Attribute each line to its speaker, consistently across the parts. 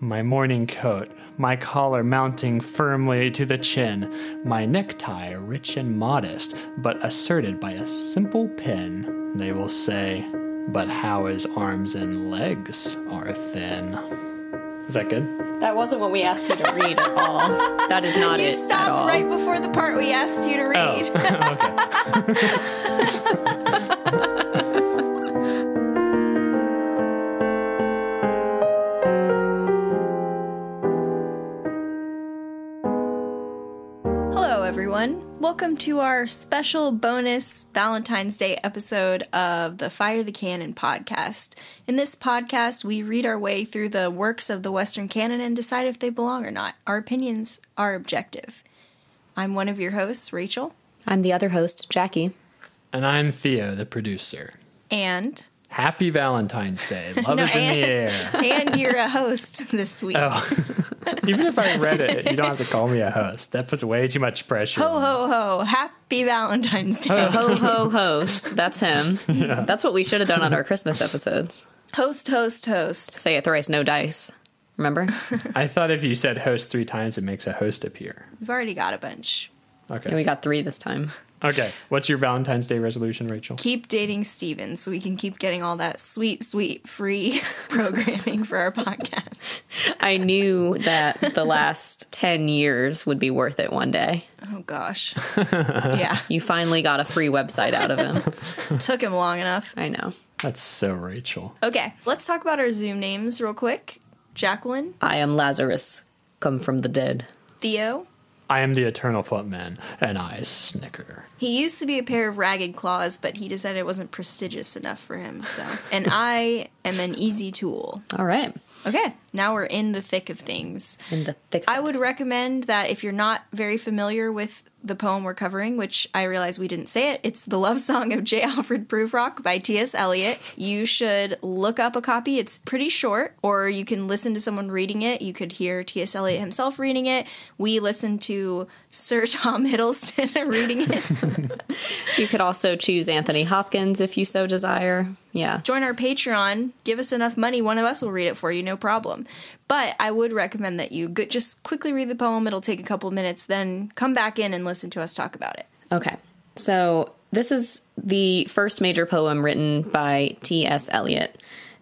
Speaker 1: My morning coat, my collar mounting firmly to the chin, my necktie rich and modest, but asserted by a simple pin. They will say, But how his arms and legs are thin. Is that good?
Speaker 2: That wasn't what we asked you to read at all. That is not
Speaker 3: You
Speaker 2: it at all.
Speaker 3: stopped right before the part we asked you to read.
Speaker 1: okay.
Speaker 3: Hello, everyone. Welcome to our special bonus Valentine's Day episode of the Fire the Cannon podcast. In this podcast, we read our way through the works of the Western canon and decide if they belong or not. Our opinions are objective. I'm one of your hosts, Rachel,
Speaker 2: I'm the other host, Jackie.
Speaker 1: And I'm Theo, the producer.
Speaker 3: and
Speaker 1: Happy Valentine's Day. Love is in the air.
Speaker 3: and you're a host this week.
Speaker 1: Even if I read it, you don't have to call me a host. That puts way too much pressure.
Speaker 3: Ho ho ho! Happy Valentine's Day.
Speaker 2: Ho ho host. That's him. That's what we should have done on our Christmas episodes.
Speaker 3: Host, host, host.
Speaker 2: Say it thrice, no dice. Remember?
Speaker 1: I thought if you said host three times, it makes a host appear.
Speaker 3: We've already got a bunch.
Speaker 2: And we
Speaker 1: Okay.
Speaker 2: got three this time.
Speaker 1: Okay. What's your Valentine's Day resolution, Rachel?
Speaker 3: keep dating Steven so we can keep getting all that sweet, sweet free programming for our podcast.
Speaker 2: I knew that the last 10 years would be worth it one day.
Speaker 3: Oh gosh. Yeah.
Speaker 2: You finally got a free website out of him.
Speaker 3: Took him long enough.
Speaker 2: I know.
Speaker 1: That's so Rachel.
Speaker 3: Okay. Let's talk about our Zoom names real quick. Jacqueline,
Speaker 2: I am Lazarus, come from the dead.
Speaker 3: Theo.
Speaker 1: I am the eternal footman, and I snicker.
Speaker 3: He used to be a pair of ragged claws, but he decided it wasn't prestigious enough for him. So, and I am an easy tool.
Speaker 2: All right.
Speaker 3: Okay, now we're in the thick of things.
Speaker 2: In the thick.
Speaker 3: I would recommend that if you're not very familiar with the poem we're covering, which I realize we didn't say it, it's The Love Song of J. Alfred Prufrock by T.S. Eliot. You should look up a copy. It's pretty short, or you can listen to someone reading it. You could hear T.S. Eliot himself reading it. We listened to Sir Tom Hiddleston reading it.
Speaker 2: You could also choose Anthony Hopkins if you so desire. Yeah.
Speaker 3: join our Patreon, give us enough money, one of us will read it for you, no problem. But I would recommend that you go- just quickly read the poem. It'll take a couple minutes, then come back in and listen to us talk about it.
Speaker 2: Okay. So this is the first major poem written by T.S. Eliot.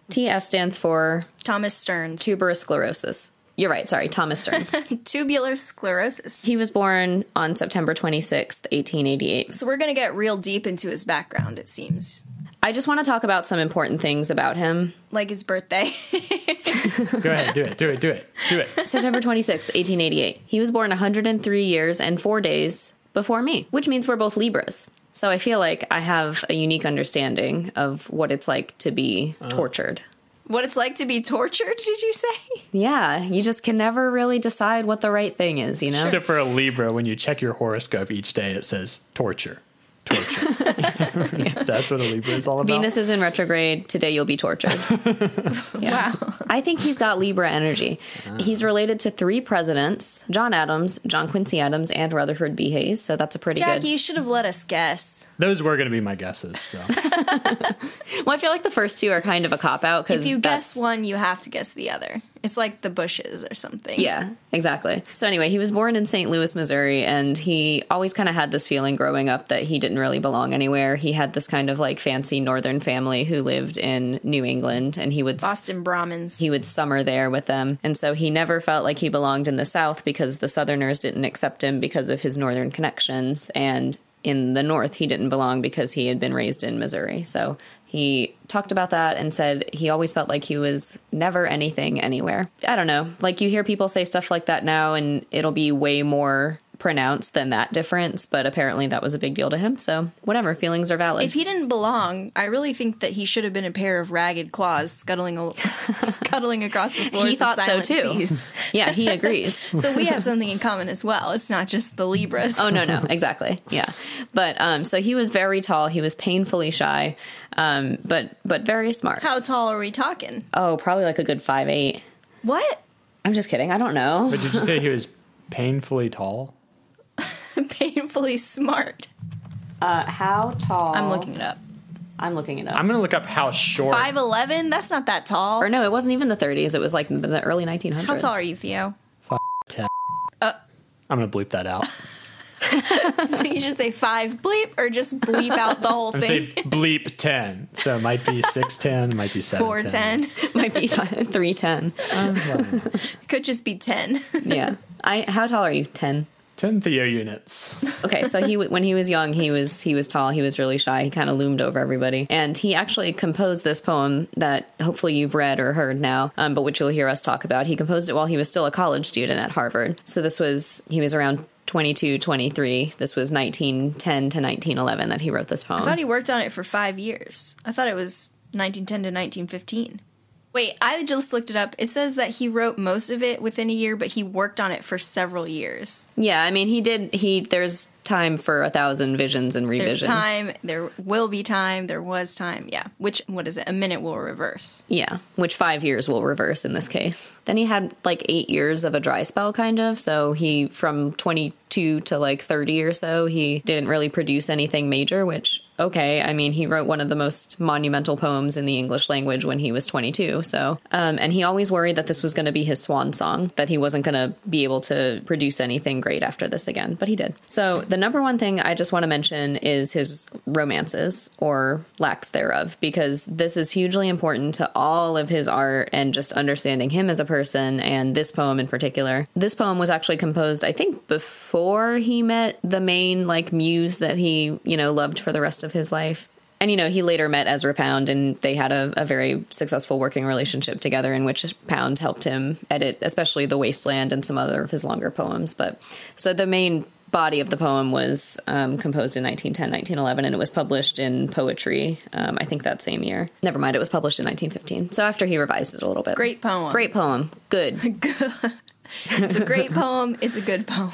Speaker 2: T.S. stands for
Speaker 3: Thomas Stearns,
Speaker 2: tuberous sclerosis. You're right. Sorry, Thomas Stearns.
Speaker 3: tubular sclerosis.
Speaker 2: he was born on September 26th, 1888.
Speaker 3: So we're going to get real deep into his background, it seems.
Speaker 2: I just want to talk about some important things about him.
Speaker 3: Like his birthday.
Speaker 1: Go ahead, do it, do it, do it, do it.
Speaker 2: September 26th, 1888. He was born 103 years and 4 days before me, which means we're both Libras. So I feel like I have a unique understanding of what it's like to be tortured.
Speaker 3: what it's like to be tortured, did you say?
Speaker 2: Yeah, you just can never really decide what the right thing is, you know?
Speaker 1: Except for a Libra, when you check your horoscope each day, it says torture, torture. That's what a Libra is all about.
Speaker 2: Venus is in retrograde. Today you'll be tortured. Wow. I think he's got Libra energy. He's related to three presidents John Adams, John Quincy Adams, and Rutherford B. Hayes. So that's a pretty
Speaker 3: Jackie, you should have let us guess.
Speaker 1: Those were going to be my guesses. So
Speaker 2: good. Well, I feel like the first two are kind of a cop out because
Speaker 3: If you guess one, you have to guess the other. It's like the bushes or something.
Speaker 2: Yeah, exactly. So anyway, he was born in St. Louis, Missouri, and he always kind of had this feeling growing up that he didn't really belong anywhere. He had this kind of like fancy northern family who lived in New England, and he would
Speaker 3: Boston Brahmins.
Speaker 2: he would summer there with them. And so he never felt like he belonged in the South because the Southerners didn't accept him because of his Northern connections. And in the North, he didn't belong because he had been raised in Missouri. So he talked about that and said he always felt like he was never anything anywhere. I don't know. Like you hear people say stuff like that now, and it'll be way more pronounced than that difference. But apparently, that was a big deal to him. So whatever, feelings are valid.
Speaker 3: if he didn't belong, I really think that he should have been a pair of ragged claws scuttling al- scuttling across the floors.
Speaker 2: He thought
Speaker 3: of
Speaker 2: so
Speaker 3: silent
Speaker 2: too.
Speaker 3: seas.
Speaker 2: yeah, he agrees.
Speaker 3: So we have something in common as well. It's not just the Libras.
Speaker 2: Oh no, no, exactly. Yeah, but um, so he was very tall. He was painfully shy, um, but but very smart.
Speaker 3: How tall are we talking?
Speaker 2: Oh, probably like a good five eight.
Speaker 3: What?
Speaker 2: I'm just kidding. I don't know.
Speaker 1: but did you say he was painfully tall?
Speaker 3: Painfully smart.
Speaker 2: Uh, how tall?
Speaker 3: I'm looking it up.
Speaker 2: I'm looking it up.
Speaker 1: I'm gonna look up how short.
Speaker 3: Five eleven. That's not that tall.
Speaker 2: or no, it wasn't even the 30s. It was like the early 1900s.
Speaker 3: How tall are you, Theo?
Speaker 1: ten. Uh. I'm gonna bleep that out.
Speaker 3: so you should say five bleep, or just bleep out the whole
Speaker 1: I'm gonna say
Speaker 3: thing.
Speaker 1: bleep ten. So it might be six ten, might be seven
Speaker 3: Four ten.
Speaker 2: Might be five, 310.
Speaker 3: Could just be ten.
Speaker 2: Yeah. I how tall are you? 10.
Speaker 1: Ten Theo units.
Speaker 2: Okay, so he when he was young, he was he was tall, he was really shy, he kind of loomed over everybody, and he actually composed this poem that hopefully you've read or heard now, um, but which you'll hear us talk about. He composed it while he was still a college student at Harvard. So this was he was around 22, 23. This was 1910 to 1911 that he wrote this poem.
Speaker 3: I thought he worked on it for five years. I thought it was 1910 to 1915. Wait, I just looked it up. It says that he wrote most of it within a year, but he worked on it for several years.
Speaker 2: yeah, I mean he did he there's time for a thousand visions and revisions.
Speaker 3: There's time, there will be time, there was time. Yeah. Which, what is it? A minute will reverse.
Speaker 2: Yeah, which five years will reverse in this case. Then he had like eight years of a dry spell, kind of. So he, from 22 to like 30 or so, he didn't really produce anything major, which, okay, I mean, he wrote one of the most monumental poems in the English language when he was 22. So, um, and he always worried that this was going to be his swan song, that he wasn't going to be able to produce anything great after this again, but he did. So, the number one thing I just want to mention is his romances or lacks thereof, because this is hugely important to all of his art and just understanding him as a person and this poem in particular. This poem was actually composed, I think, before he met the main like muse that he, you know, loved for the rest of his life. And you know, he later met Ezra Pound and they had a, a very successful working relationship together in which Pound helped him edit, especially The Wasteland and some other of his longer poems. But so the main body of the poem was um, composed in 1910, 1911, and it was published in poetry, um, I think that same year. Never mind, it was published in 1915. So after he revised it a little bit.
Speaker 3: Great poem.
Speaker 2: Great poem. Good.
Speaker 3: It's a great poem. It's a good poem.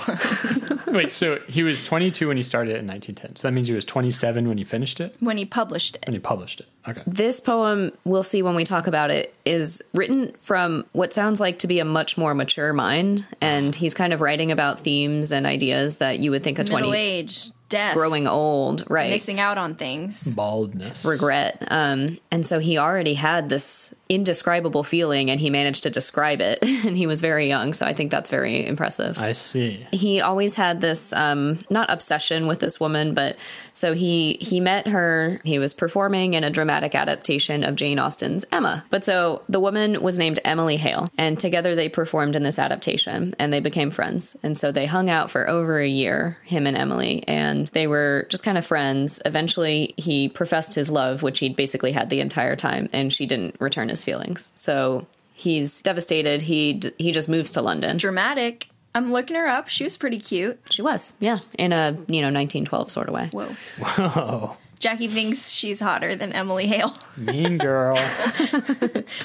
Speaker 1: Wait, so he was 22 when he started it in 1910. So that means he was 27 when he finished it,
Speaker 3: When he published it.
Speaker 1: when he published it. Okay.
Speaker 2: this poem, we'll see when we talk about it, is written from what sounds like to be a much more mature mind. And he's kind of writing about themes and ideas that you would think a 20
Speaker 3: Middle age, death,
Speaker 2: growing old, right?
Speaker 3: missing out on things.
Speaker 1: Baldness.
Speaker 2: regret. Um, and so he already had this indescribable feeling and he managed to describe it. and he was very young. So I think that's very impressive
Speaker 1: I see.
Speaker 2: he always had this um not obsession with this woman but so he he met her he was performing in a dramatic adaptation of jane austen's emma but so the woman was named emily hale and together they performed in this adaptation and they became friends and so they hung out for over a year him and emily and they were just kind of friends eventually he professed his love which he'd basically had the entire time and she didn't return his feelings so he's devastated he d- he just moves to london
Speaker 3: Dramatic. I'm looking her up. She was pretty cute.
Speaker 2: she was, yeah, in a you know 1912 sort of way.
Speaker 3: Whoa.
Speaker 1: Whoa.
Speaker 3: Jackie thinks she's hotter than Emily Hale.
Speaker 1: Mean girl.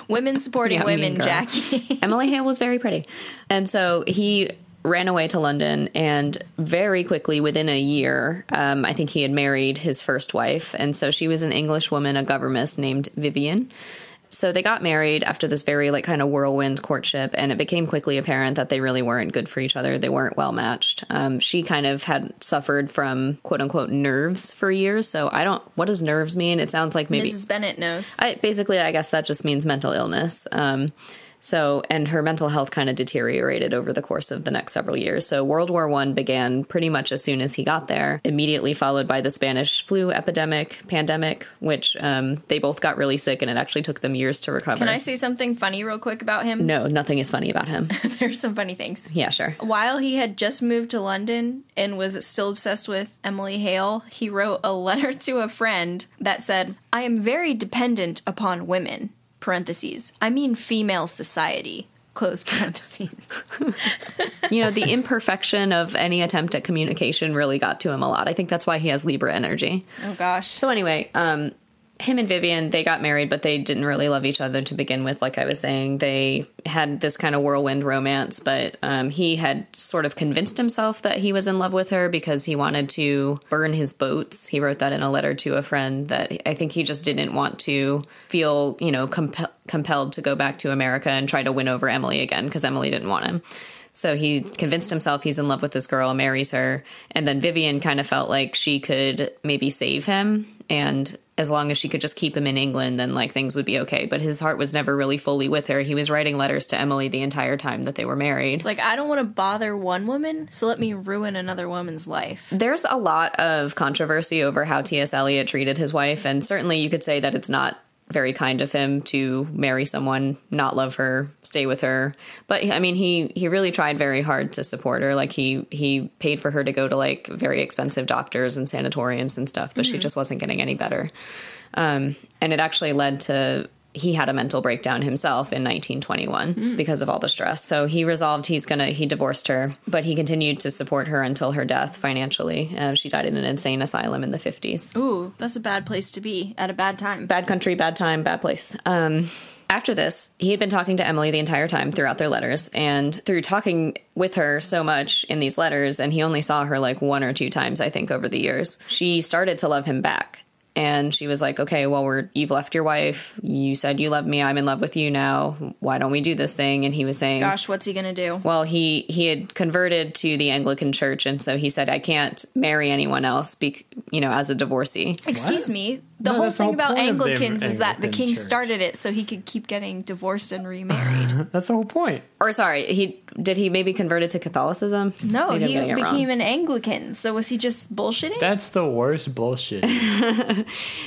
Speaker 3: women supporting
Speaker 2: Yeah, mean
Speaker 3: women,
Speaker 2: girl.
Speaker 3: Jackie.
Speaker 2: Emily Hale was very pretty, and so he ran away to London, and very quickly, within a year, um, I think he had married his first wife, and so she was an English woman, a governess named Vivian. So they got married after this very like kind of whirlwind courtship, and it became quickly apparent that they really weren't good for each other. They weren't well matched. Um, she kind of had suffered from quote unquote nerves for years. So I don't. What does nerves mean? It sounds like maybe
Speaker 3: Mrs. Bennett knows.
Speaker 2: I, basically, I guess that just means mental illness. Um, so, and her mental health kind of deteriorated over the course of the next several years. So, World War One began pretty much as soon as he got there, immediately followed by the Spanish flu epidemic, pandemic, which um, they both got really sick, and it actually took them years to recover.
Speaker 3: Can I say something funny real quick about him?
Speaker 2: no, nothing is funny about him.
Speaker 3: There's some funny things.
Speaker 2: yeah, sure.
Speaker 3: While he had just moved to London and was still obsessed with Emily Hale, he wrote a letter to a friend that said, I am very dependent upon women, parentheses. I mean female society, close parentheses.
Speaker 2: You know, the imperfection of any attempt at communication really got to him a lot. I think that's why he has Libra energy.
Speaker 3: oh gosh.
Speaker 2: So anyway, um, him and Vivian, they got married, but they didn't really love each other to begin with. Like I was saying, they had this kind of whirlwind romance, but um, he had sort of convinced himself that he was in love with her because he wanted to burn his boats. He wrote that in a letter to a friend that I think he just didn't want to feel, you know, comp- compelled to go back to America and try to win over Emily again because Emily didn't want him. So he convinced himself he's in love with this girl, marries her, and then Vivian kind of felt like she could maybe save him and as long as she could just keep him in England, then like things would be okay. But his heart was never really fully with her. He was writing letters to Emily the entire time that they were married.
Speaker 3: It's like I don't want to bother one woman, so let me ruin another woman's life.
Speaker 2: There's a lot of controversy over how T.S. Eliot treated his wife, and certainly you could say that it's not very kind of him to marry someone, not love her, stay with her. But I mean, he he really tried very hard to support her. Like he he paid for her to go to like very expensive doctors and sanatoriums and stuff, but she just wasn't getting any better. Um, and it actually led to he had a mental breakdown himself in 1921 because of all the stress. So he resolved he's gonna he divorced her, but he continued to support her until her death financially. Uh, she died in an insane asylum in the 50s
Speaker 3: Ooh, that's a bad place to be at a bad time.
Speaker 2: bad country, bad time, bad place. Um, after this, he had been talking to Emily the entire time throughout their letters, and through talking with her so much in these letters, and he only saw her like one or two times, I think, over the years, she started to love him back. And she was like, "Okay, well, we're you've left your wife. You said you love me. I'm in love with you now. Why don't we do this thing?" And he was saying,
Speaker 3: Gosh, what's he gonna do?
Speaker 2: well he he had converted to the anglican church and so he said i can't marry anyone else bec you know as a divorcee
Speaker 3: Excuse
Speaker 1: What?
Speaker 3: me. The
Speaker 1: No,
Speaker 3: whole
Speaker 1: that's the
Speaker 3: thing
Speaker 1: whole
Speaker 3: about
Speaker 1: point of the
Speaker 3: Anglicans is that the
Speaker 1: Anglican
Speaker 3: king
Speaker 1: church.
Speaker 3: started it so he could keep getting divorced and remarried.
Speaker 1: That's the whole point.
Speaker 2: or sorry he did he maybe converted to catholicism
Speaker 3: No,
Speaker 2: Maybe I'm
Speaker 3: he
Speaker 2: getting it
Speaker 3: became
Speaker 2: wrong.
Speaker 3: an Anglican. So was he just bullshitting?
Speaker 1: That's the worst bullshit.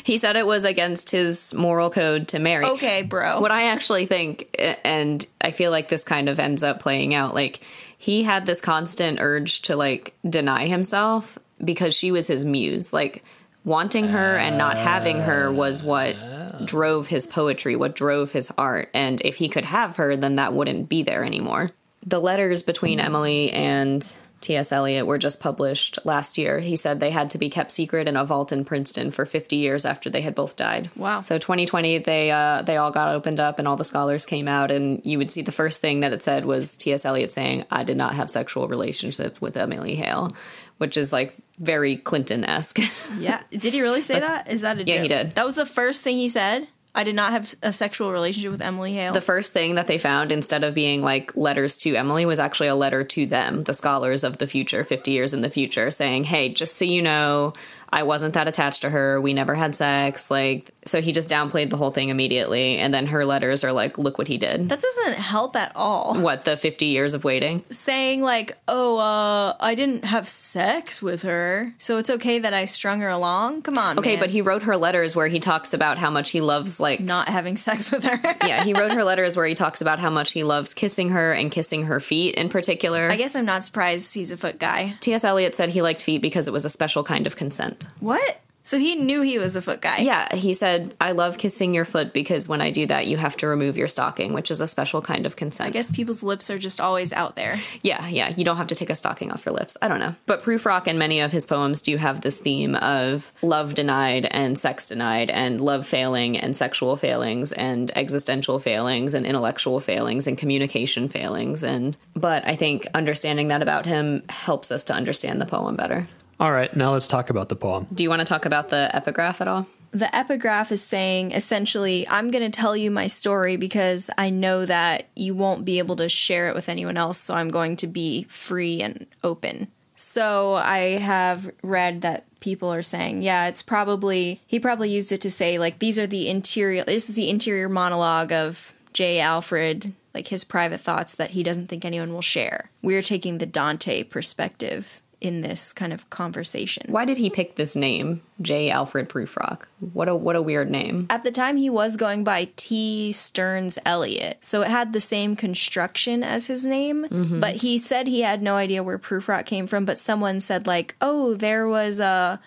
Speaker 2: he said it was against his moral code to marry
Speaker 3: okay, bro.
Speaker 2: what i actually think a- and i feel like this kind of ends up playing out like he had this constant urge to like deny himself because she was his muse like wanting her and not having her was what drove his poetry what drove his art and if he could have her then that wouldn't be there anymore the letters between Emily and T.S. Eliot were just published last year. He said they had to be kept secret in a vault in Princeton for 50 years after they had both died.
Speaker 3: Wow.
Speaker 2: So 2020, they uh, they all got opened up and all the scholars came out, and you would see the first thing that it said was T.S. Eliot saying, "I did not have sexual relationship with Emily Hale," which is like very Clinton esque.
Speaker 3: yeah. Did he really say that? Is that a
Speaker 2: Yeah, he
Speaker 3: joke?
Speaker 2: did.
Speaker 3: That was the first thing he said. I did not have a sexual relationship with Emily Hale.
Speaker 2: the first thing that they found instead of being like letters to Emily was actually a letter to them, the scholars of the future, 50 years in the future, saying, Hey, just so you know, I wasn't that attached to her. We never had sex. Like, so he just downplayed the whole thing immediately. And then her letters are like, Look what he did.
Speaker 3: that doesn't help at all.
Speaker 2: What, the 50 years of waiting?
Speaker 3: Saying like, "Oh, uh, I didn't have sex with her, so it's okay that I strung her along." Come on,
Speaker 2: Okay,
Speaker 3: man.
Speaker 2: but he wrote her letters where he talks about how much he loves, like,
Speaker 3: not having sex with her.
Speaker 2: yeah, he wrote her letters where he talks about how much he loves kissing her and kissing her feet in particular.
Speaker 3: I guess I'm not surprised he's a foot guy.
Speaker 2: T.S. Eliot said he liked feet because it was a special kind of consent.
Speaker 3: What? So he knew he was a foot guy.
Speaker 2: Yeah, he said, I love kissing your foot because when I do that, you have to remove your stocking, which is a special kind of consent.
Speaker 3: I guess people's lips are just always out there.
Speaker 2: Yeah, yeah, you don't have to take a stocking off your lips. I don't know. But Proof Rock and many of his poems do have this theme of love denied and sex denied, and love failing and sexual failings, and existential failings, and intellectual failings, and communication failings. And but I think understanding that about him helps us to understand the poem better.
Speaker 1: All right, now let's talk about the poem.
Speaker 2: Do you want to talk about the epigraph at all?
Speaker 3: The epigraph is saying essentially, I'm going to tell you my story because I know that you won't be able to share it with anyone else, so I'm going to be free and open. So I have read that people are saying, yeah, it's probably, he probably used it to say, like, these are the interior, this is the interior monologue of J. Alfred, like his private thoughts that he doesn't think anyone will share. We're taking the Dante perspective in this kind of conversation.
Speaker 2: Why did he pick this name, J. Alfred Proofrock? What a what a weird name.
Speaker 3: At the time, he was going by T. Stearns Eliot, so it had the same construction as his name. But he said he had no idea where Proof Rock came from. But someone said like, "Oh, there was a."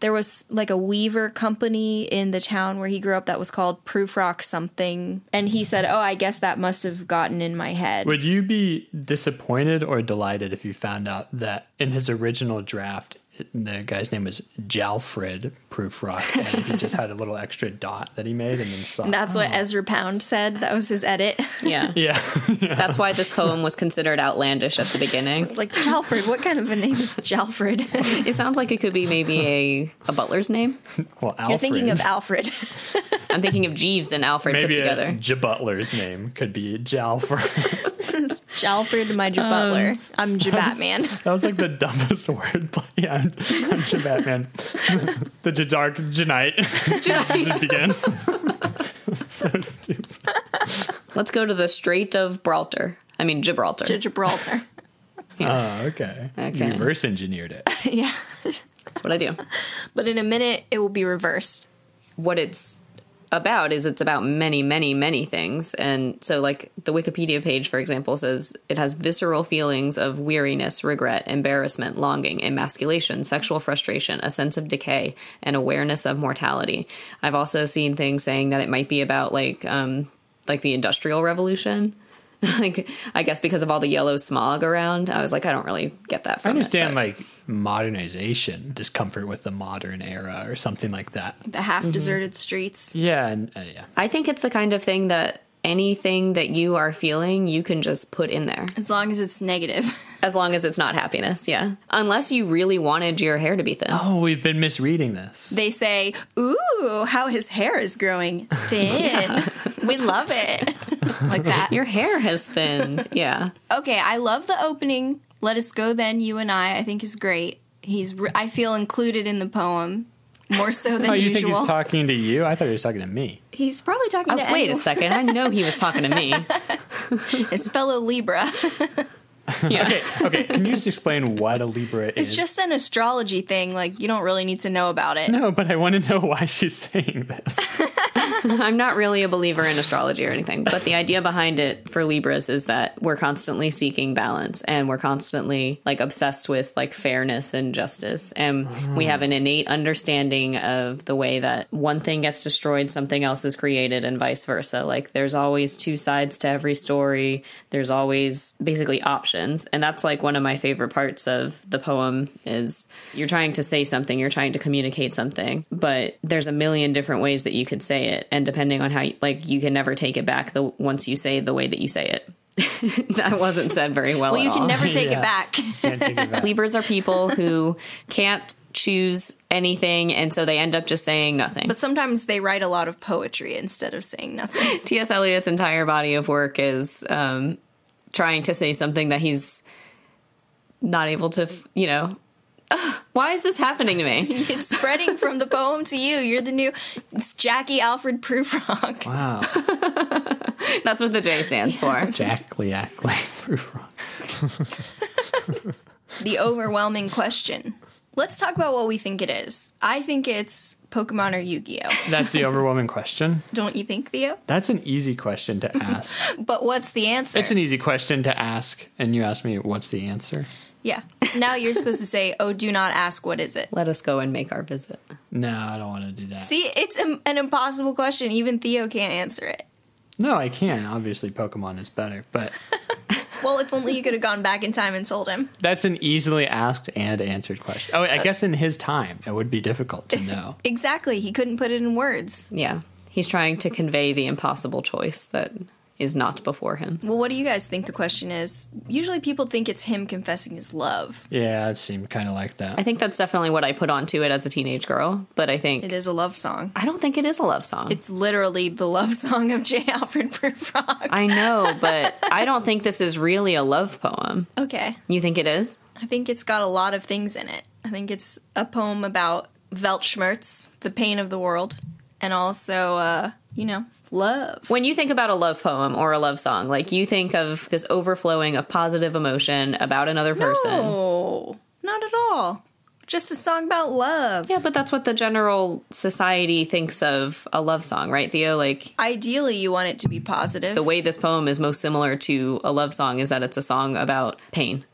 Speaker 3: There was like a weaver company in the town where he grew up that was called Proof Rock something. And he said, Oh, I guess that must have gotten in my head.
Speaker 1: Would you be disappointed or delighted if you found out that in his original draft, the guy's name was Jalfred Proofrock, and he just had a little extra dot that he made and then saw.
Speaker 3: That's what Ezra Pound said. That was his edit.
Speaker 2: Yeah.
Speaker 1: Yeah,
Speaker 2: That's why this poem was considered outlandish at the beginning.
Speaker 3: it's like, Jalfred, what kind of a name is Jalfred?
Speaker 2: It sounds like it could be maybe a, a butler's name.
Speaker 1: well, Alfred.
Speaker 3: You're thinking of Alfred.
Speaker 2: I'm thinking of Jeeves and Alfred
Speaker 1: maybe
Speaker 2: put together.
Speaker 1: a J Butler's name could be Jalfred.
Speaker 3: Alfred, my J- butler. I'm J- Batman.
Speaker 1: That was like the dumbest word play. I'm, I'm J- Batman. the J- Dark Janite just begins. so stupid.
Speaker 2: Let's go to the Strait of Bralter. I mean Gibraltar.
Speaker 3: J- Gibraltar.
Speaker 1: Oh, okay.
Speaker 2: Okay.
Speaker 1: Reverse engineered it.
Speaker 3: yeah.
Speaker 2: That's what I do.
Speaker 3: But in a minute, it will be reversed.
Speaker 2: What it's about is it's about many, many, many things. And so, like, the Wikipedia page, for example, says it has visceral feelings of weariness, regret, embarrassment, longing, emasculation, sexual frustration, a sense of decay, and awareness of mortality. I've also seen things saying that it might be about, like, um, like the Industrial Revolution. like, I guess because of all the yellow smog around, I was like, I don't really get that
Speaker 1: I
Speaker 2: from it,
Speaker 1: understand
Speaker 2: but-
Speaker 1: like modernization, discomfort with the modern era or something like that.
Speaker 3: The half deserted
Speaker 1: Mm-hmm.
Speaker 3: streets.
Speaker 1: Yeah, and uh, yeah.
Speaker 2: I think it's the kind of thing that anything that you are feeling, you can just put in there
Speaker 3: As long as it's negative.
Speaker 2: as long as it's not happiness. Yeah. Unless you really wanted your hair to be thin.
Speaker 1: Oh, we've been misreading this.
Speaker 3: They say, Ooh, how his hair is growing thin. We love it. like that.
Speaker 2: Your hair has thinned. yeah.
Speaker 3: Okay, I love the opening. Let us go then, you and I. I think is great. He's. Re- I feel included in the poem more so than
Speaker 1: Oh, you
Speaker 3: usual.
Speaker 1: think he's talking to you? I thought he was talking to me.
Speaker 3: He's probably talking
Speaker 2: Oh,
Speaker 3: to
Speaker 2: wait a
Speaker 3: anyone-
Speaker 2: second. I know he was talking to me.
Speaker 3: his fellow Libra.
Speaker 2: Yeah.
Speaker 1: Okay, can you just explain what a Libra is?
Speaker 3: It's just an astrology thing. Like you don't really need to know about it.
Speaker 1: No, but I want to know why she's saying this.
Speaker 2: I'm not really a believer in astrology or anything, but the idea behind it for Libras is that we're constantly seeking balance and we're constantly like obsessed with like fairness and justice. And
Speaker 3: Mm.
Speaker 2: we have an innate understanding of the way that one thing gets destroyed, something else is created, and vice versa. Like there's always two sides to every story, there's always basically options. And that's like one of my favorite parts of the poem is you're trying to say something, you're trying to communicate something, but there's a million different ways that you could say it, and depending on how, you, like, you can never take it back. The once you say the way that you say it, that wasn't said very well.
Speaker 3: Well,
Speaker 2: at
Speaker 3: you
Speaker 2: all.
Speaker 3: can never take
Speaker 1: Yeah.
Speaker 3: it back.
Speaker 1: Can't take it back.
Speaker 2: Libras are people who can't choose anything, and so they end up just saying nothing.
Speaker 3: But sometimes they write a lot of poetry instead of saying nothing.
Speaker 2: T.S. Eliot's entire body of work is um, trying to say something that he's not able to, f- you know. Ugh, why is this happening to me?
Speaker 3: It's spreading from the poem to you. You're the new it's Jackie Alfred Prufrock.
Speaker 1: Wow.
Speaker 2: That's what the J stands for.
Speaker 1: Jackly, ackly, proof wrong.
Speaker 3: The overwhelming question. Let's talk about what we think it is. I think it's Pokemon or Yu-Gi-Oh.
Speaker 1: That's the overwhelming question.
Speaker 3: Don't you think, Theo?
Speaker 1: That's an easy question to ask.
Speaker 3: But what's the answer?
Speaker 1: It's an easy question to ask, and you ask me what's the answer.
Speaker 3: yeah. Now you're supposed to say, "Oh, do not ask what is it."
Speaker 2: Let us go and make our visit.
Speaker 1: No, I don't want to do that.
Speaker 3: See, it's im- an impossible question. Even Theo can't answer it.
Speaker 1: no, I can. Obviously, Pokemon is better, but
Speaker 3: Well, if only you could have gone back in time and told him.
Speaker 1: that's an easily asked and answered question. Oh,
Speaker 3: Uh,
Speaker 1: I guess in his time, it would be difficult to know.
Speaker 3: Exactly. He couldn't put it in words.
Speaker 2: Yeah. He's trying to convey the impossible choice that is not before him.
Speaker 3: Well, what do you guys think the question is? Usually people think it's him confessing his love.
Speaker 1: Yeah, it seemed kind of like that.
Speaker 2: I think that's definitely what I put onto it as a teenage girl, but I think
Speaker 3: It is a love song.
Speaker 2: I don't think it is a love song.
Speaker 3: It's literally the love song of J. Alfred Prufrock.
Speaker 2: I know, but I don't think this is really a love poem.
Speaker 3: Okay.
Speaker 2: You think it is?
Speaker 3: I think it's got a lot of things in it. I think it's a poem about Weltschmerz, the pain of the world, and also, uh, you know, love.
Speaker 2: When you think about a love poem or a love song, like you think of this overflowing of positive emotion about another person.
Speaker 3: No, Oh, not at all. Just a song about love.
Speaker 2: Yeah, but that's what the general society thinks of a love song, right, Theo? Like
Speaker 3: Ideally, you want it to be positive.
Speaker 2: the way this poem is most similar to a love song is that it's a song about pain,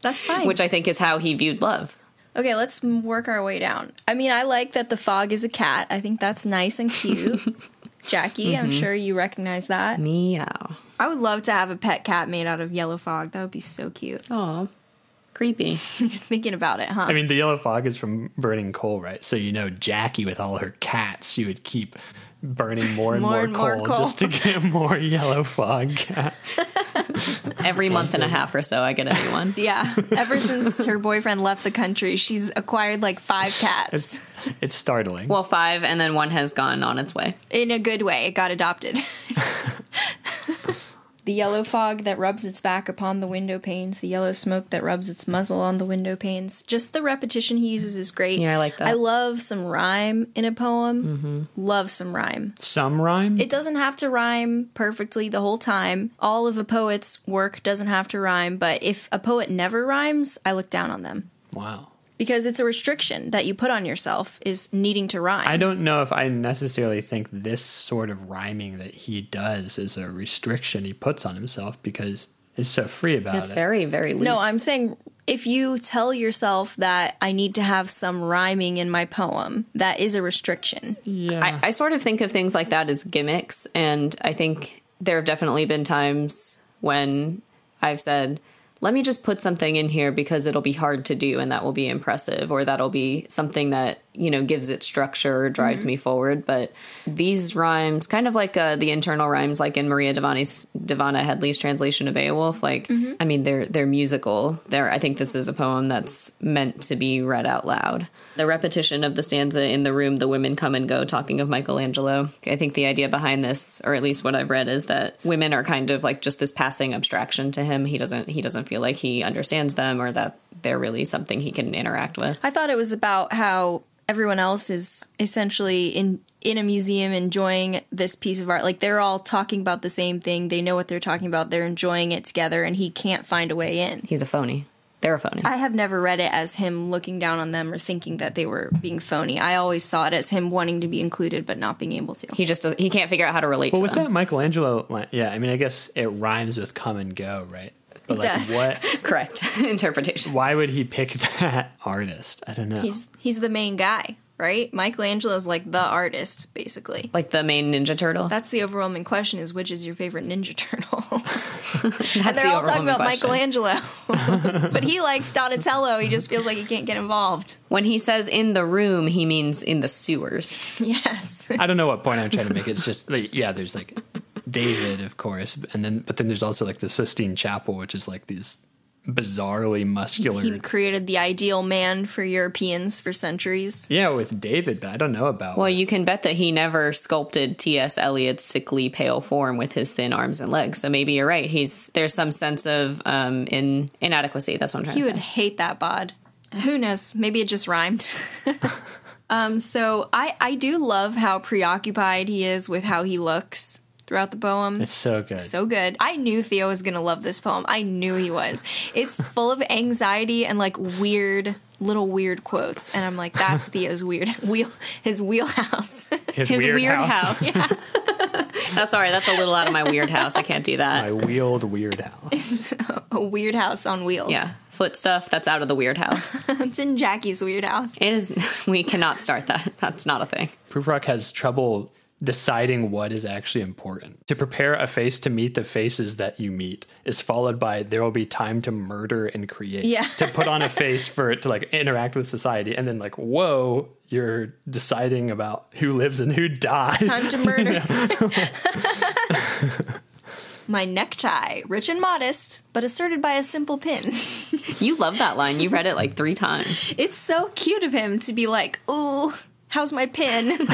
Speaker 3: That's fine.
Speaker 2: which I think is how he viewed love.
Speaker 3: Okay, let's m- work our way down. I mean, I like that the fog is a cat. I think that's nice and cute. Jackie, I'm
Speaker 2: Mm-hmm.
Speaker 3: sure you recognize that.
Speaker 2: Meow.
Speaker 3: I would love to have a pet cat made out of yellow fog. That would be so cute.
Speaker 2: Aw. Creepy.
Speaker 3: Thinking about it, huh?
Speaker 1: I mean, the yellow fog is from burning coal, right? So you know, Jackie with all her cats, she would keep burning more and more,
Speaker 3: More and more
Speaker 1: coal,
Speaker 3: coal.
Speaker 1: just to get more yellow fog. cats.
Speaker 2: Every month and a half or so I get a new one.
Speaker 3: yeah. Ever since her boyfriend left the country, she's acquired like five cats.
Speaker 1: It's it's startling.
Speaker 2: Well, five, and then one has gone on its way.
Speaker 3: In a good way, it got adopted. The yellow fog that rubs its back upon the window panes, the yellow smoke that rubs its muzzle on the window panes. Just the repetition he uses is great.
Speaker 2: Yeah, I like that. Mm-hmm.
Speaker 3: I love some rhyme in a poem. Love some rhyme.
Speaker 1: Some rhyme?
Speaker 3: It doesn't have to rhyme perfectly the whole time. All of a poet's work doesn't have to rhyme, but if a poet never rhymes, I look down on them
Speaker 1: wow.
Speaker 3: because it's a restriction that you put on yourself is needing to rhyme.
Speaker 1: I don't know if I necessarily think this sort of rhyming that he does is a restriction he puts on himself because he's so free about
Speaker 2: It's
Speaker 1: it.
Speaker 2: very, very loose.
Speaker 3: No, I'm saying if you tell yourself that I need to have some rhyming in my poem, that is a restriction.
Speaker 1: yeah.
Speaker 2: I, I sort of think of things like that as gimmicks, and I think there have definitely been times when I've said, "Let me just put something in here because it'll be hard to do, and that will be impressive, or that'll be something that you know gives it structure or drives me forward." But these rhymes, kind of like uh, the internal rhymes, like in Maria Devani's Devana Headley's translation of Beowulf, like I mean, they're they're musical. They're I think this is a poem that's meant to be read out loud. The repetition of the stanza in the room, the women come and go, talking of Michelangelo. I think the idea behind this, or at least what I've read, is that women are kind of like just this passing abstraction to him. He doesn't he doesn't feel like he understands them or that they're really something he can interact with.
Speaker 3: I thought it was about how everyone else is essentially in in a museum enjoying this piece of art. Like they're all talking about the same thing. They know what they're talking about. They're enjoying it together and he can't find a way in.
Speaker 2: He's a phony. They're a phony.
Speaker 3: I have never read it as him looking down on them or thinking that they were being phony. I always saw it as him wanting to be included but not being able to.
Speaker 2: he just does, he can't figure out how to relate
Speaker 1: Well,
Speaker 2: to
Speaker 1: with
Speaker 2: them.
Speaker 3: um,
Speaker 1: that Michelangelo, line, yeah, I mean, I guess it rhymes with come and go, right? But
Speaker 3: It
Speaker 1: like,
Speaker 3: does.
Speaker 1: what?
Speaker 2: Correct interpretation.
Speaker 1: Why would he pick that artist? I don't know.
Speaker 3: He's he's the main guy, right? Michelangelo's like the artist basically.
Speaker 2: Like the main Ninja Turtle.
Speaker 3: That's the overwhelming question: is which is your favorite Ninja Turtle?
Speaker 2: That's
Speaker 3: and they're
Speaker 2: the
Speaker 3: all
Speaker 2: overwhelming
Speaker 3: talking about
Speaker 2: question.
Speaker 3: Michelangelo, but he likes Donatello. He just feels like he can't get involved.
Speaker 2: When he says in the room, he means in the sewers.
Speaker 3: Yes,
Speaker 1: I don't know what point I'm trying to make. It's just like, yeah, there's like David, of course, and then but then there's also like the Sistine Chapel, which is like these bizarrely muscular.
Speaker 3: he created the ideal man for Europeans for centuries.
Speaker 1: yeah, with David, but I don't know about.
Speaker 2: Well, you can bet that he never sculpted T.S. Eliot's sickly, pale form with his thin arms and legs. So maybe you're right. He's there's some sense of um, in inadequacy. That's what I'm trying
Speaker 3: He
Speaker 2: to
Speaker 3: would
Speaker 2: say.
Speaker 3: hate that bod. Who knows? Maybe it just rhymed. um, so I I do love how preoccupied he is with how he looks throughout the poem.
Speaker 1: it's so good.
Speaker 3: so good. I knew Theo was going to love this poem. I knew he was. It's full of anxiety and like weird little weird quotes and I'm like that's Theo's weird wheel his wheelhouse.
Speaker 2: His weird house. That's sorry. That's a little out of my weird house. I can't do that.
Speaker 1: My wheeled weird house.
Speaker 3: A weird house on wheels.
Speaker 2: Yeah, foot stuff. That's out of the weird house.
Speaker 3: it's in Jackie's weird house.
Speaker 2: It is. We cannot start that. That's not a thing.
Speaker 1: Prufrock has trouble deciding what is actually important. To prepare a face to meet the faces that you meet is followed by there will be time to murder and create.
Speaker 3: Yeah.
Speaker 1: to put on a face for it to like interact with society and then like, whoa, you're deciding about who lives and who dies.
Speaker 3: Time to murder. My necktie, rich and modest, but asserted by a simple pin.
Speaker 2: You love that line. You read it like three times.
Speaker 3: It's so cute of him to be like, "Ooh, how's my pin?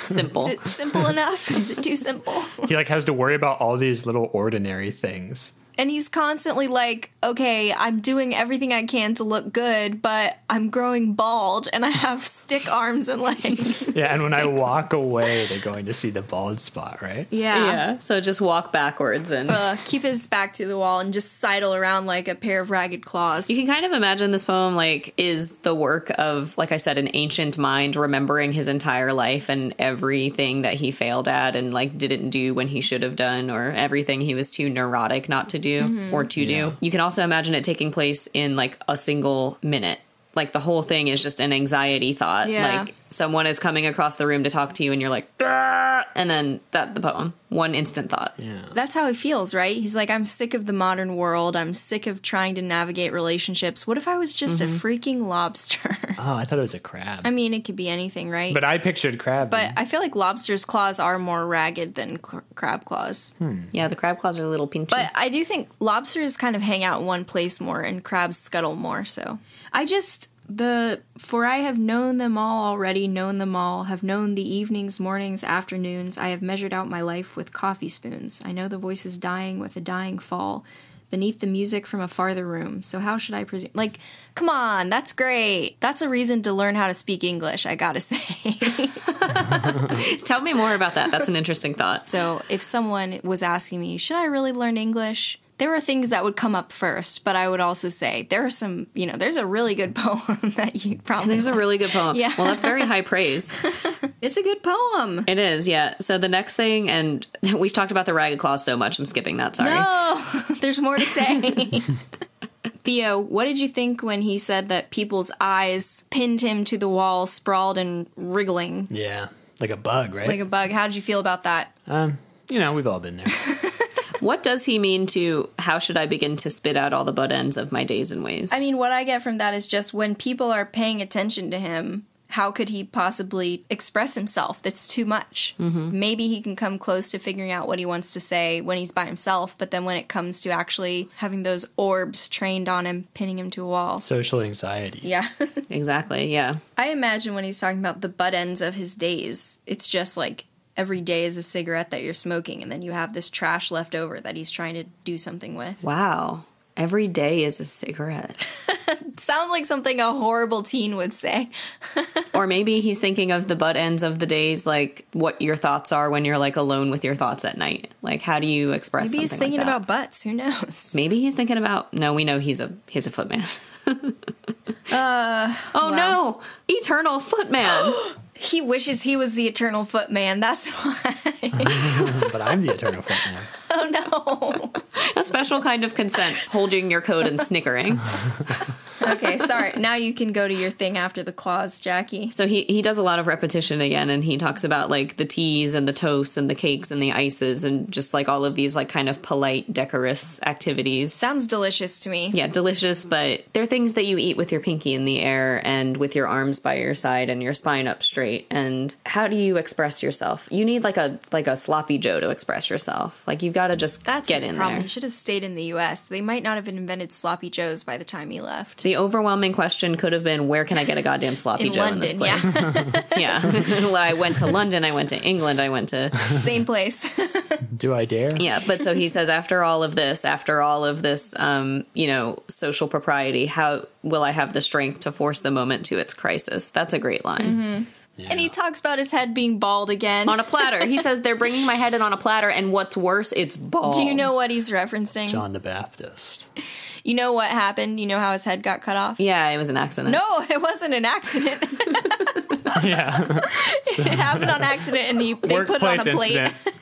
Speaker 2: Simple.
Speaker 3: Is it simple enough? Is it too simple?"
Speaker 1: He like has to worry about all these little ordinary things.
Speaker 3: And he's constantly like, okay, I'm doing everything I can to look good, but I'm growing bald and I have stick arms and legs.
Speaker 1: Yeah, and when I walk away, they're going to see the bald spot, right?
Speaker 3: Yeah.
Speaker 2: Yeah. So just walk backwards and
Speaker 3: Uh, keep his back to the wall and just sidle around like a pair of ragged claws.
Speaker 2: You can kind of imagine this poem like is the work of, like I said, an ancient mind remembering his entire life and everything that he failed at and like didn't do when he should have done, or everything he was too neurotic not to do or to do. You can also imagine it taking place in like a single minute. Like the whole thing is just an anxiety thought.
Speaker 3: Yeah.
Speaker 2: Like someone is coming across the room to talk to you and you're like, "Ah!" and then that the poem. One instant thought.
Speaker 3: That's how he feels, right? He's like, I'm sick of the modern world. I'm sick of trying to navigate relationships. What if I was just
Speaker 1: Mm-hmm.
Speaker 3: a freaking lobster?
Speaker 1: Oh, I thought it was a crab.
Speaker 3: I mean, it could be anything, right?
Speaker 1: but I pictured crab.
Speaker 3: But I feel like lobster's claws are more ragged than cr- crab claws.
Speaker 2: Yeah, the crab claws are a little pinchy.
Speaker 3: But I do think lobsters kind of hang out in one place more and crabs scuttle more. So I just The for I have known them all already, known them all, have known the evenings, mornings, afternoons. I have measured out my life with coffee spoons. I know the voices dying with a dying fall beneath the music from a farther room. So how should I presume? Like, come on, that's great. That's a reason to learn how to speak English, I gotta say.
Speaker 2: Tell me more about that. That's an interesting thought.
Speaker 3: so if someone was asking me, should I really learn English? There are things that would come up first, but I would also say there are some, you know, there's a really good poem that you probably.
Speaker 2: There's a really good poem.
Speaker 3: Yeah.
Speaker 2: Well, that's very high praise.
Speaker 3: It's a good poem.
Speaker 2: It is, yeah. So the next thing, and we've talked about the ragged claws so much, I'm skipping that. Sorry.
Speaker 3: Oh, there's more to say. Theo, what did you think when he said that people's eyes pinned him to the wall, sprawled and wriggling
Speaker 1: Yeah, like a bug, right?
Speaker 3: like a bug? How did you feel about that?
Speaker 1: you know, we've all been there.
Speaker 2: What does he mean to how should I begin to spit out all the butt ends of my days and ways?
Speaker 3: I mean, what I get from that is just when people are paying attention to him, how could he possibly express himself? That's too much.
Speaker 2: Mm-hmm.
Speaker 3: Maybe he can come close to figuring out what he wants to say when he's by himself, but then when it comes to actually having those orbs trained on him, pinning him to a wall.
Speaker 1: Social anxiety.
Speaker 3: Yeah.
Speaker 2: exactly, yeah.
Speaker 3: I imagine when he's talking about the butt ends of his days, it's just like every day is a cigarette that you're smoking, and then you have this trash left over that he's trying to do something with.
Speaker 2: Wow. Every day is a cigarette.
Speaker 3: Sounds like something a horrible teen would say.
Speaker 2: or maybe he's thinking of the butt ends of the days, like what your thoughts are when you're like alone with your thoughts at night. Like how do you express
Speaker 3: Maybe he's
Speaker 2: something
Speaker 3: thinking
Speaker 2: like that?
Speaker 3: about butts. Who knows?
Speaker 2: Maybe he's thinking about no, we know he's a he's a footman. oh no. Eternal footman.
Speaker 3: He wishes he was the eternal footman. That's why.
Speaker 1: But I'm the eternal footman.
Speaker 3: Oh no.
Speaker 2: a special kind of consent, holding your coat and snickering.
Speaker 3: Okay, sorry. Now you can go to your thing after the claws, Jackie.
Speaker 2: So he he does a lot of repetition again, and he talks about like the teas and the toasts and the cakes and the ices and just like all of these like kind of polite, decorous activities.
Speaker 3: Sounds delicious to me.
Speaker 2: Yeah,
Speaker 3: Mm-hmm.
Speaker 2: delicious, but they're things that you eat with your pinky in the air and with your arms by your side and your spine up straight. And how do you express yourself? You need like a like a sloppy Joe to express yourself. Like you've got to just
Speaker 3: That's
Speaker 2: get
Speaker 3: his
Speaker 2: in
Speaker 3: problem.
Speaker 2: there.
Speaker 3: He should have stayed in the U.S. They might not have invented sloppy joes by the time he left.
Speaker 2: The overwhelming question could have been, where can I get a goddamn sloppy
Speaker 3: In
Speaker 2: Joe in this
Speaker 3: London,
Speaker 2: place?
Speaker 3: yeah,
Speaker 2: Yeah. well, I went to London, I went to England, I went to.
Speaker 3: same place.
Speaker 1: Do I dare?
Speaker 2: Yeah, but so he says, after all of this, after all of this, um, you know, social propriety, how will I have the strength to force the moment to its crisis? That's a great line.
Speaker 3: And he talks about his head being bald again.
Speaker 2: On a platter. He says, they're bringing my head in on a platter, and what's worse, it's bald.
Speaker 3: Do you know what he's referencing?
Speaker 1: John the Baptist.
Speaker 3: You know what happened? You know how his head got cut off?
Speaker 2: Yeah, it was an accident.
Speaker 3: No, it wasn't an accident.
Speaker 1: Yeah.
Speaker 3: it happened on accident, and he they put it on a plate.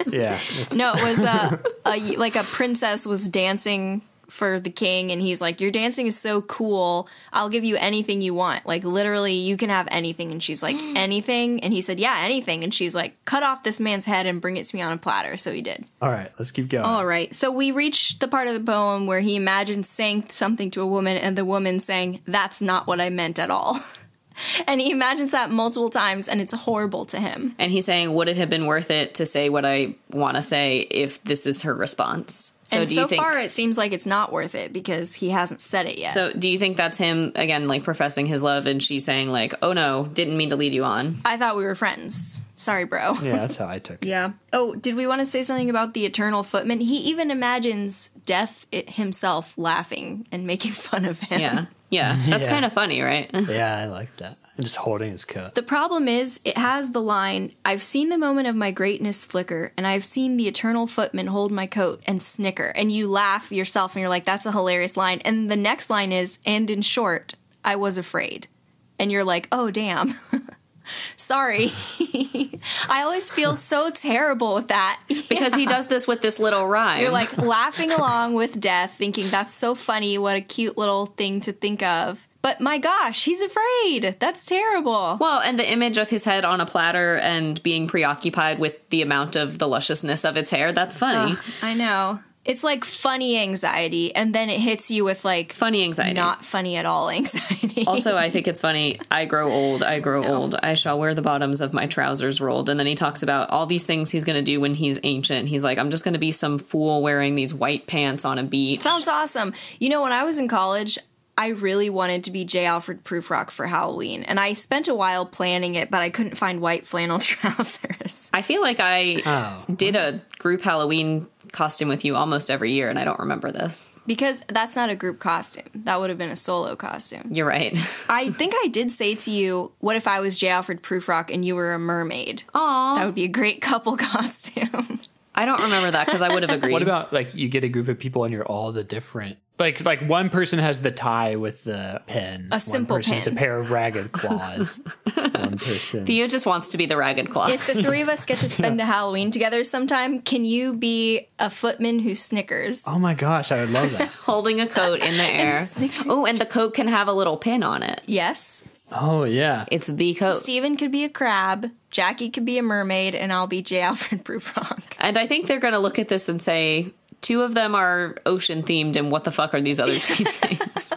Speaker 1: yeah. it's-
Speaker 3: No, it was a, a like a princess was dancing for the king, and he's like, "Your dancing is so cool. I'll give you anything you want. Like literally, you can have anything." And she's like, "Anything?" And he said, "Yeah, anything." And she's like, "Cut off this man's head and bring it to me on a platter." So he did.
Speaker 1: All right, let's keep going.
Speaker 3: All right. So we reach the part of the poem where he imagines saying something to a woman and the woman saying, "That's not what I meant at all." and he imagines that multiple times and it's horrible to him.
Speaker 2: And he's saying, would it have been worth it to say what I want to say if this is her response? So
Speaker 3: and
Speaker 2: do
Speaker 3: so
Speaker 2: you think
Speaker 3: far it seems like it's not worth it because he hasn't said it yet.
Speaker 2: So do you think that's him again, like professing his love, and she's saying like, "Oh no, didn't mean to lead you on."
Speaker 3: I thought we were friends. Sorry, bro.
Speaker 1: Yeah, that's how I took it.
Speaker 3: Yeah. Oh, did we want to say something about the eternal footman? He even imagines death it himself laughing and making fun of him.
Speaker 2: Yeah, yeah, that's
Speaker 1: Yeah.
Speaker 2: kind of funny, right?
Speaker 1: Yeah, I like that. And just holding his coat.
Speaker 3: The problem is, it has the line I've seen the moment of my greatness flicker, and I've seen the eternal footman hold my coat and snicker. And you laugh yourself and you're like, that's a hilarious line. And the next line is, and in short, I was afraid. And you're like, oh, damn. Sorry. I always feel so terrible with that.
Speaker 2: because he does this with this little rhyme.
Speaker 3: You're like laughing along with death, thinking that's so funny. What a cute little thing to think of. But my gosh, he's afraid. That's terrible.
Speaker 2: well, and the image of his head on a platter and being preoccupied with the amount of the lusciousness of its hair—that's funny,
Speaker 3: Ugh, I know. It's like funny anxiety, and then it hits you with like
Speaker 2: funny anxiety.
Speaker 3: not funny at all anxiety.
Speaker 2: also, I think it's funny. I grow old. I grow old. I shall wear the bottoms of my trousers rolled. And then he talks about all these things he's going to do when he's ancient. He's like, I'm just going to be some fool wearing these white pants on a beach.
Speaker 3: Sounds awesome. You know, when I was in college, I I really wanted to be J. Alfred Prufrock for Halloween, and I spent a while planning it, but I couldn't find white flannel trousers.
Speaker 2: I feel like I
Speaker 1: Oh.
Speaker 2: did a group Halloween costume with you almost every year, and I don't remember this.
Speaker 3: because that's not a group costume. That would have been a solo costume.
Speaker 2: You're right.
Speaker 3: I think I did say to you, What if I was J. Alfred Prufrock and you were a mermaid?
Speaker 2: Aw.
Speaker 3: That would be a great couple costume.
Speaker 2: I don't remember that because I would have agreed.
Speaker 1: What about like you get a group of people and you're all the different like like one person has the tie with the pin. A
Speaker 3: simple
Speaker 1: one person's
Speaker 3: pin.
Speaker 1: a pair of ragged claws. one person
Speaker 2: Theo just wants to be the ragged cloth.
Speaker 3: if the three of us get to spend a Halloween together sometime, can you be a footman who snickers?
Speaker 1: Oh my gosh, I would love that.
Speaker 2: holding a coat in the air.
Speaker 3: sneakers.
Speaker 2: oh, and the coat can have a little pin on it.
Speaker 3: Yes.
Speaker 1: oh yeah.
Speaker 2: It's the coat.
Speaker 3: Steven could be a crab, Jackie could be a mermaid, and I'll be J. Alfred Prufrock.
Speaker 2: And I think they're going to look at this and say, two of them are ocean themed, and what the fuck are these other two things?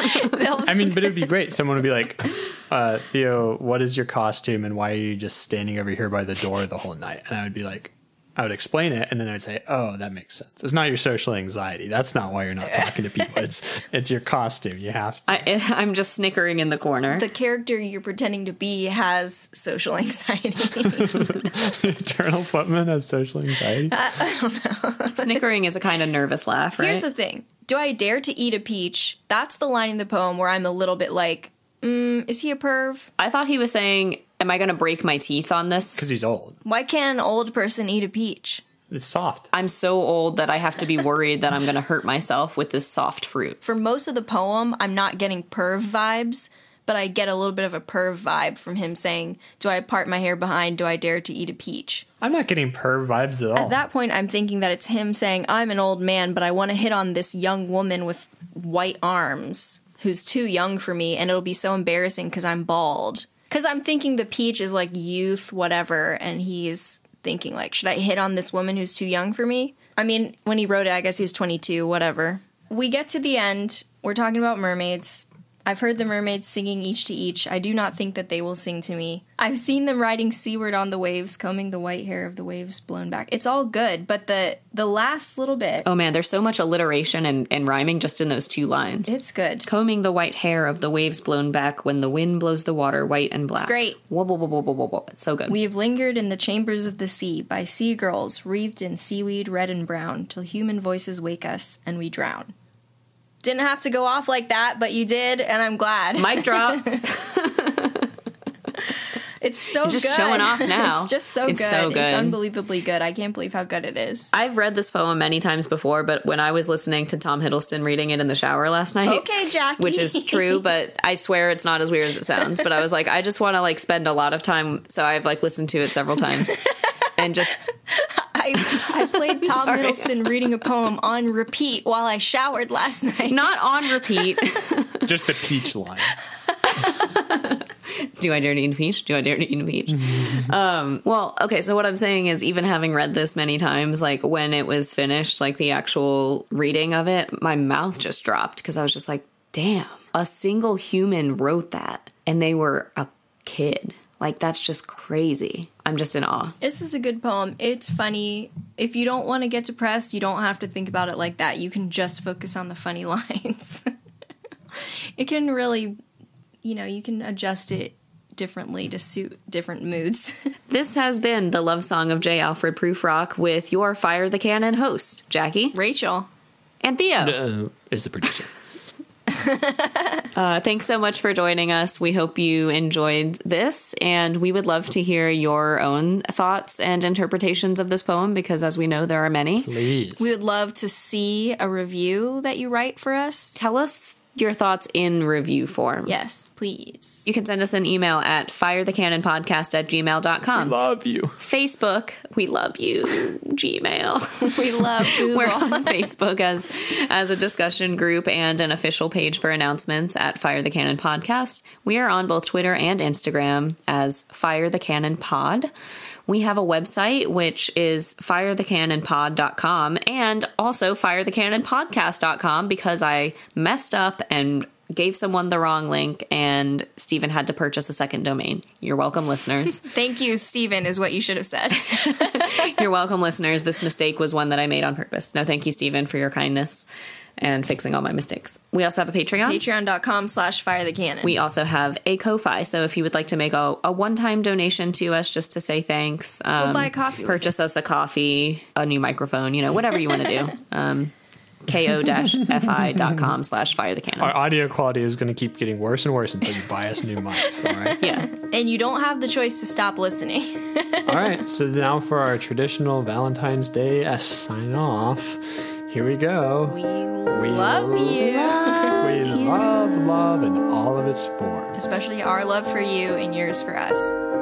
Speaker 1: I mean, but it would be great. Someone would be like, uh, Theo, what is your costume and why are you just standing over here by the door the whole night? And I would be like, I would explain it and then I would say, Oh, that makes sense. It's not your social anxiety. That's not why you're not talking to people. It's it's your costume. You have to.
Speaker 2: I, I'm just snickering in the corner.
Speaker 3: The character you're pretending to be has social anxiety.
Speaker 1: Eternal footman has social anxiety.
Speaker 2: snickering is a kind of nervous laugh, right?
Speaker 3: Here's the thing Do I dare to eat a peach? That's the line in the poem where I'm a little bit like, mm, is he a perv?
Speaker 2: I thought he was saying, am I going to break my teeth on
Speaker 1: Because
Speaker 2: this?
Speaker 1: he's old.
Speaker 3: Why can't an old person eat a peach?
Speaker 1: It's soft.
Speaker 2: I'm so old that I have to be worried that I'm going to hurt myself with this soft fruit.
Speaker 3: for most of the poem, I'm not getting perv vibes, but I get a little bit of a perv vibe from him saying, Do I part my hair behind? Do I dare to eat a peach?
Speaker 1: I'm not getting perv vibes at all.
Speaker 3: At that point, I'm thinking that it's him saying, I'm an old man, but I want to hit on this young woman with white arms who's too young for me, and it'll be so embarrassing because I'm bald. Because I'm thinking the peach is like youth, whatever, and he's thinking, like, should I hit on this woman who's too young for me? I mean, when he wrote it, I guess he was 22, whatever. We get to the end. We're talking about mermaids. I've heard the mermaids singing each to each. I do not think that they will sing to me. I've seen them riding seaward on the waves, combing the white hair of the waves blown back. It's all good, but the the last little bit,
Speaker 2: Oh man, there's so much alliteration and, and rhyming just in those two lines.
Speaker 3: it's good.
Speaker 2: combing the white hair of the waves blown back when the wind blows the water white and black.
Speaker 3: great.
Speaker 2: Whoa, whoa, whoa, whoa, whoa, whoa, whoa. It's so good.
Speaker 3: We have lingered in the chambers of the sea by sea girls wreathed in seaweed red and brown till human voices wake us and we drown. Didn't have to go off like that, but you did, and I'm glad.
Speaker 2: Mic drop.
Speaker 3: it's so
Speaker 2: just
Speaker 3: good.
Speaker 2: showing off now.
Speaker 3: it's just so
Speaker 2: It's
Speaker 3: good.
Speaker 2: so good.
Speaker 3: It's unbelievably good. I can't believe how good it is.
Speaker 2: I've read this poem many times before, but when I was listening to Tom Hiddleston reading it in the shower last night,
Speaker 3: Okay, Jackie.
Speaker 2: which is true, but I swear it's not as weird as it sounds. But I was like, I just want to like spend a lot of time, so I've like listened to it several times, and just
Speaker 3: I, I played Tom
Speaker 2: Sorry.
Speaker 3: Hiddleston reading a poem on repeat while I showered last night.
Speaker 2: not on repeat.
Speaker 1: Just the peach line.
Speaker 2: do I dare to eat a peach? Do I dare to eat a peach? um, well, okay. So what I'm saying is, even having read this many times, like when it was finished, like the actual reading of it, my mouth just dropped because I was just like, "Damn, a single human wrote that, and they were a kid. Like that's just crazy. I'm just in awe."
Speaker 3: This is a good poem. It's funny. If you don't want to get depressed, you don't have to think about it like that. You can just focus on the funny lines. it can really, you know, you can adjust it differently to suit different moods.
Speaker 2: This has been the love song of J. Alfred Prufrock with your Fire the Cannon host, Jackie
Speaker 3: Rachel,
Speaker 2: and Theo.
Speaker 1: Uh, is the producer.
Speaker 2: Uh, thanks so much for joining us. We hope you enjoyed this, and we would love to hear your own thoughts and interpretations of this poem because, as we know, there are many.
Speaker 1: Please.
Speaker 3: we would love to see a review that you write for us.
Speaker 2: Tell us your thoughts in review form.
Speaker 3: Yes, please.
Speaker 2: You can send us an email at firethecannonpodcast at gmail.com.
Speaker 1: love you.
Speaker 2: Facebook, we love you, Gmail.
Speaker 3: We love Google.
Speaker 2: We're on Facebook as as a discussion group and an official page for announcements at Fire the Cannon Podcast. We are on both Twitter and Instagram as Fire the Cannon Pod. We have a website which is firethecannonpod.com and also firethecannonpodcast.com because I messed up and gave someone the wrong link and Stephen had to purchase a second domain. You're welcome listeners.
Speaker 3: Thank you, Steven, is what you should have said.
Speaker 2: You're welcome, listeners. This mistake was one that I made on purpose. No, thank you, Stephen, for your kindness. and fixing all my mistakes. We also have a Patreon.
Speaker 3: Patreon.com slash fire the cannon.
Speaker 2: We also have a Ko-fi. So if you would like to make a, a one-time donation to us just to say thanks, um,
Speaker 3: buy a coffee with
Speaker 2: purchase us a coffee, a new microphone, you know, whatever you want to do. Um, ko-fi.com slash fire the cannon.
Speaker 1: Our audio quality is going to keep getting worse and worse until you buy us new mics. All right.
Speaker 2: Yeah.
Speaker 3: and you don't have the choice to stop listening.
Speaker 1: All right. So now for our traditional Valentine's Day uh, sign off. Here we go.
Speaker 3: We
Speaker 1: We
Speaker 3: love you.
Speaker 1: We love love in all of its forms.
Speaker 3: Especially our love for you and yours for us.